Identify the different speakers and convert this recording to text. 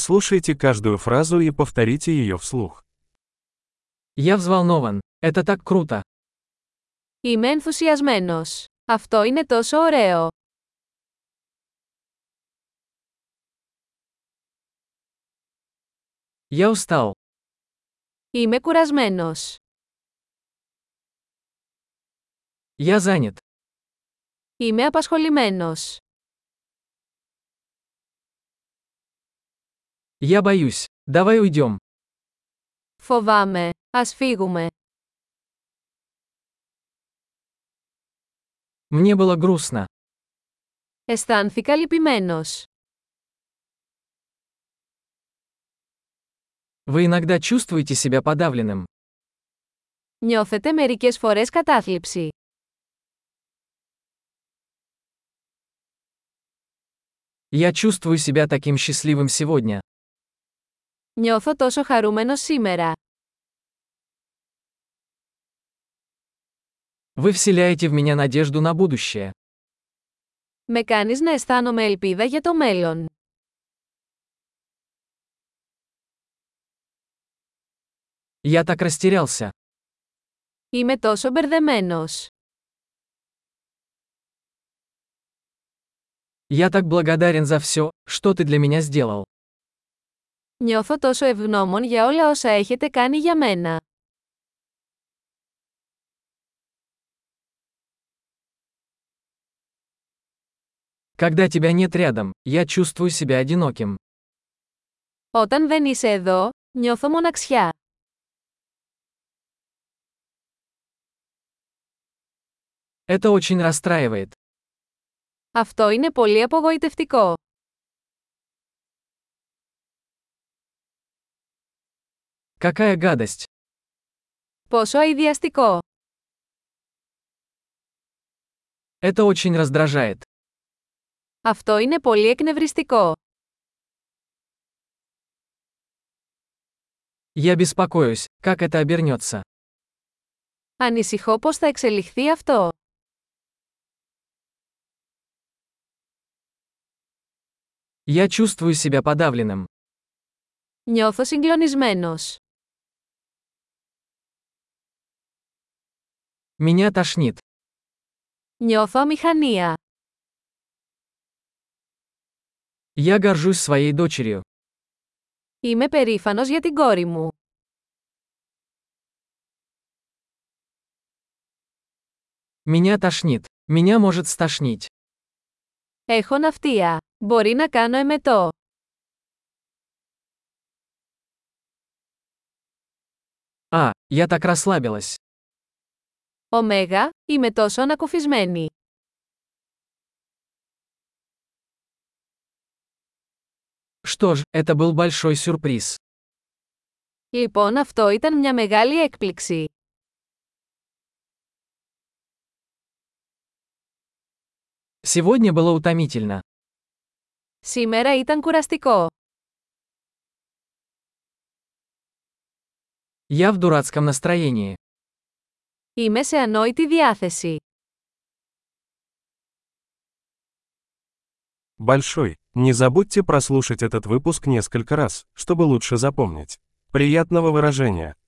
Speaker 1: Прослушайте каждую фразу и повторите ее вслух.
Speaker 2: Я взволнован. Это так круто.
Speaker 3: Είμαι ενθουσιασμένος. Αυτό είναι τόσο ωραίο.
Speaker 2: Я устал.
Speaker 3: Είμαι κουρασμένος.
Speaker 2: Я занят.
Speaker 3: Είμαι απασχολημένος.
Speaker 2: Я боюсь. Давай уйдем.
Speaker 3: Φοβάμαι. Ας φύγουμε.
Speaker 2: Мне было грустно.
Speaker 3: Αισθάνθηκα λυπημένος.
Speaker 2: Вы иногда чувствуете себя подавленным.
Speaker 3: Νιώθετε μερικές φορές κατάθλιψη.
Speaker 2: Я чувствую себя таким счастливым сегодня.
Speaker 3: Νιώθω τόσο χαρούμενος σήμερα.
Speaker 2: Вы вселяете в меня надежду на будущее.
Speaker 3: Με κάνεις να αισθάνομαι ελπίδα για το μέλλον.
Speaker 2: Я так растерялся.
Speaker 3: Είμαι τόσο μπερδεμένος.
Speaker 2: Я так благодарен за все, что ты для меня сделал.
Speaker 3: Νιώθω τόσο ευγνώμων για όλα όσα έχετε κάνει για μένα.
Speaker 2: Когда тебя нет рядом, я чувствую себя одиноким.
Speaker 3: Όταν δεν είσαι εδώ, νιώθω μοναξιά.
Speaker 2: Это очень расстраивает.
Speaker 3: Αυτό είναι πολύ απογοητευτικό.
Speaker 2: Какая гадость.
Speaker 3: Πόσο αειδιαστικό.
Speaker 2: Это очень раздражает.
Speaker 3: Αυτό είναι πολύ εκνευριστικό.
Speaker 2: Я беспокоюсь, как это обернется.
Speaker 3: Ανησυχώ πώς θα εξελιχθεί αυτό.
Speaker 2: Я чувствую себя подавленным.
Speaker 3: Νιώθω συγκλονισμένος.
Speaker 2: Меня тошнит.
Speaker 3: Νιώθω αμηχανία.
Speaker 2: Я горжусь своей дочерью.
Speaker 3: Είμαι περήφανος για την κόρη μου.
Speaker 2: Меня тошнит. Меня может стошнить.
Speaker 3: Έχω ναυτία. Μπορεί να κάνω εμετό.
Speaker 2: А, я так расслабилась.
Speaker 3: Ωμέγα, είμαι τόσο ανακουφισμένη.
Speaker 2: Что ж, это был большой сюрприз.
Speaker 3: Λοιπόν αυτό ήταν μια μεγάλη έκπληξη.
Speaker 2: Сегодня было утомительно.
Speaker 3: Σήμερα ήταν κουραστικό.
Speaker 2: Я в дурацком настроении.
Speaker 3: Είμαι σε ανόητη διάθεση.
Speaker 1: Большой. Не забудьте прослушать этот выпуск несколько раз, чтобы лучше запомнить. Приятного выражения!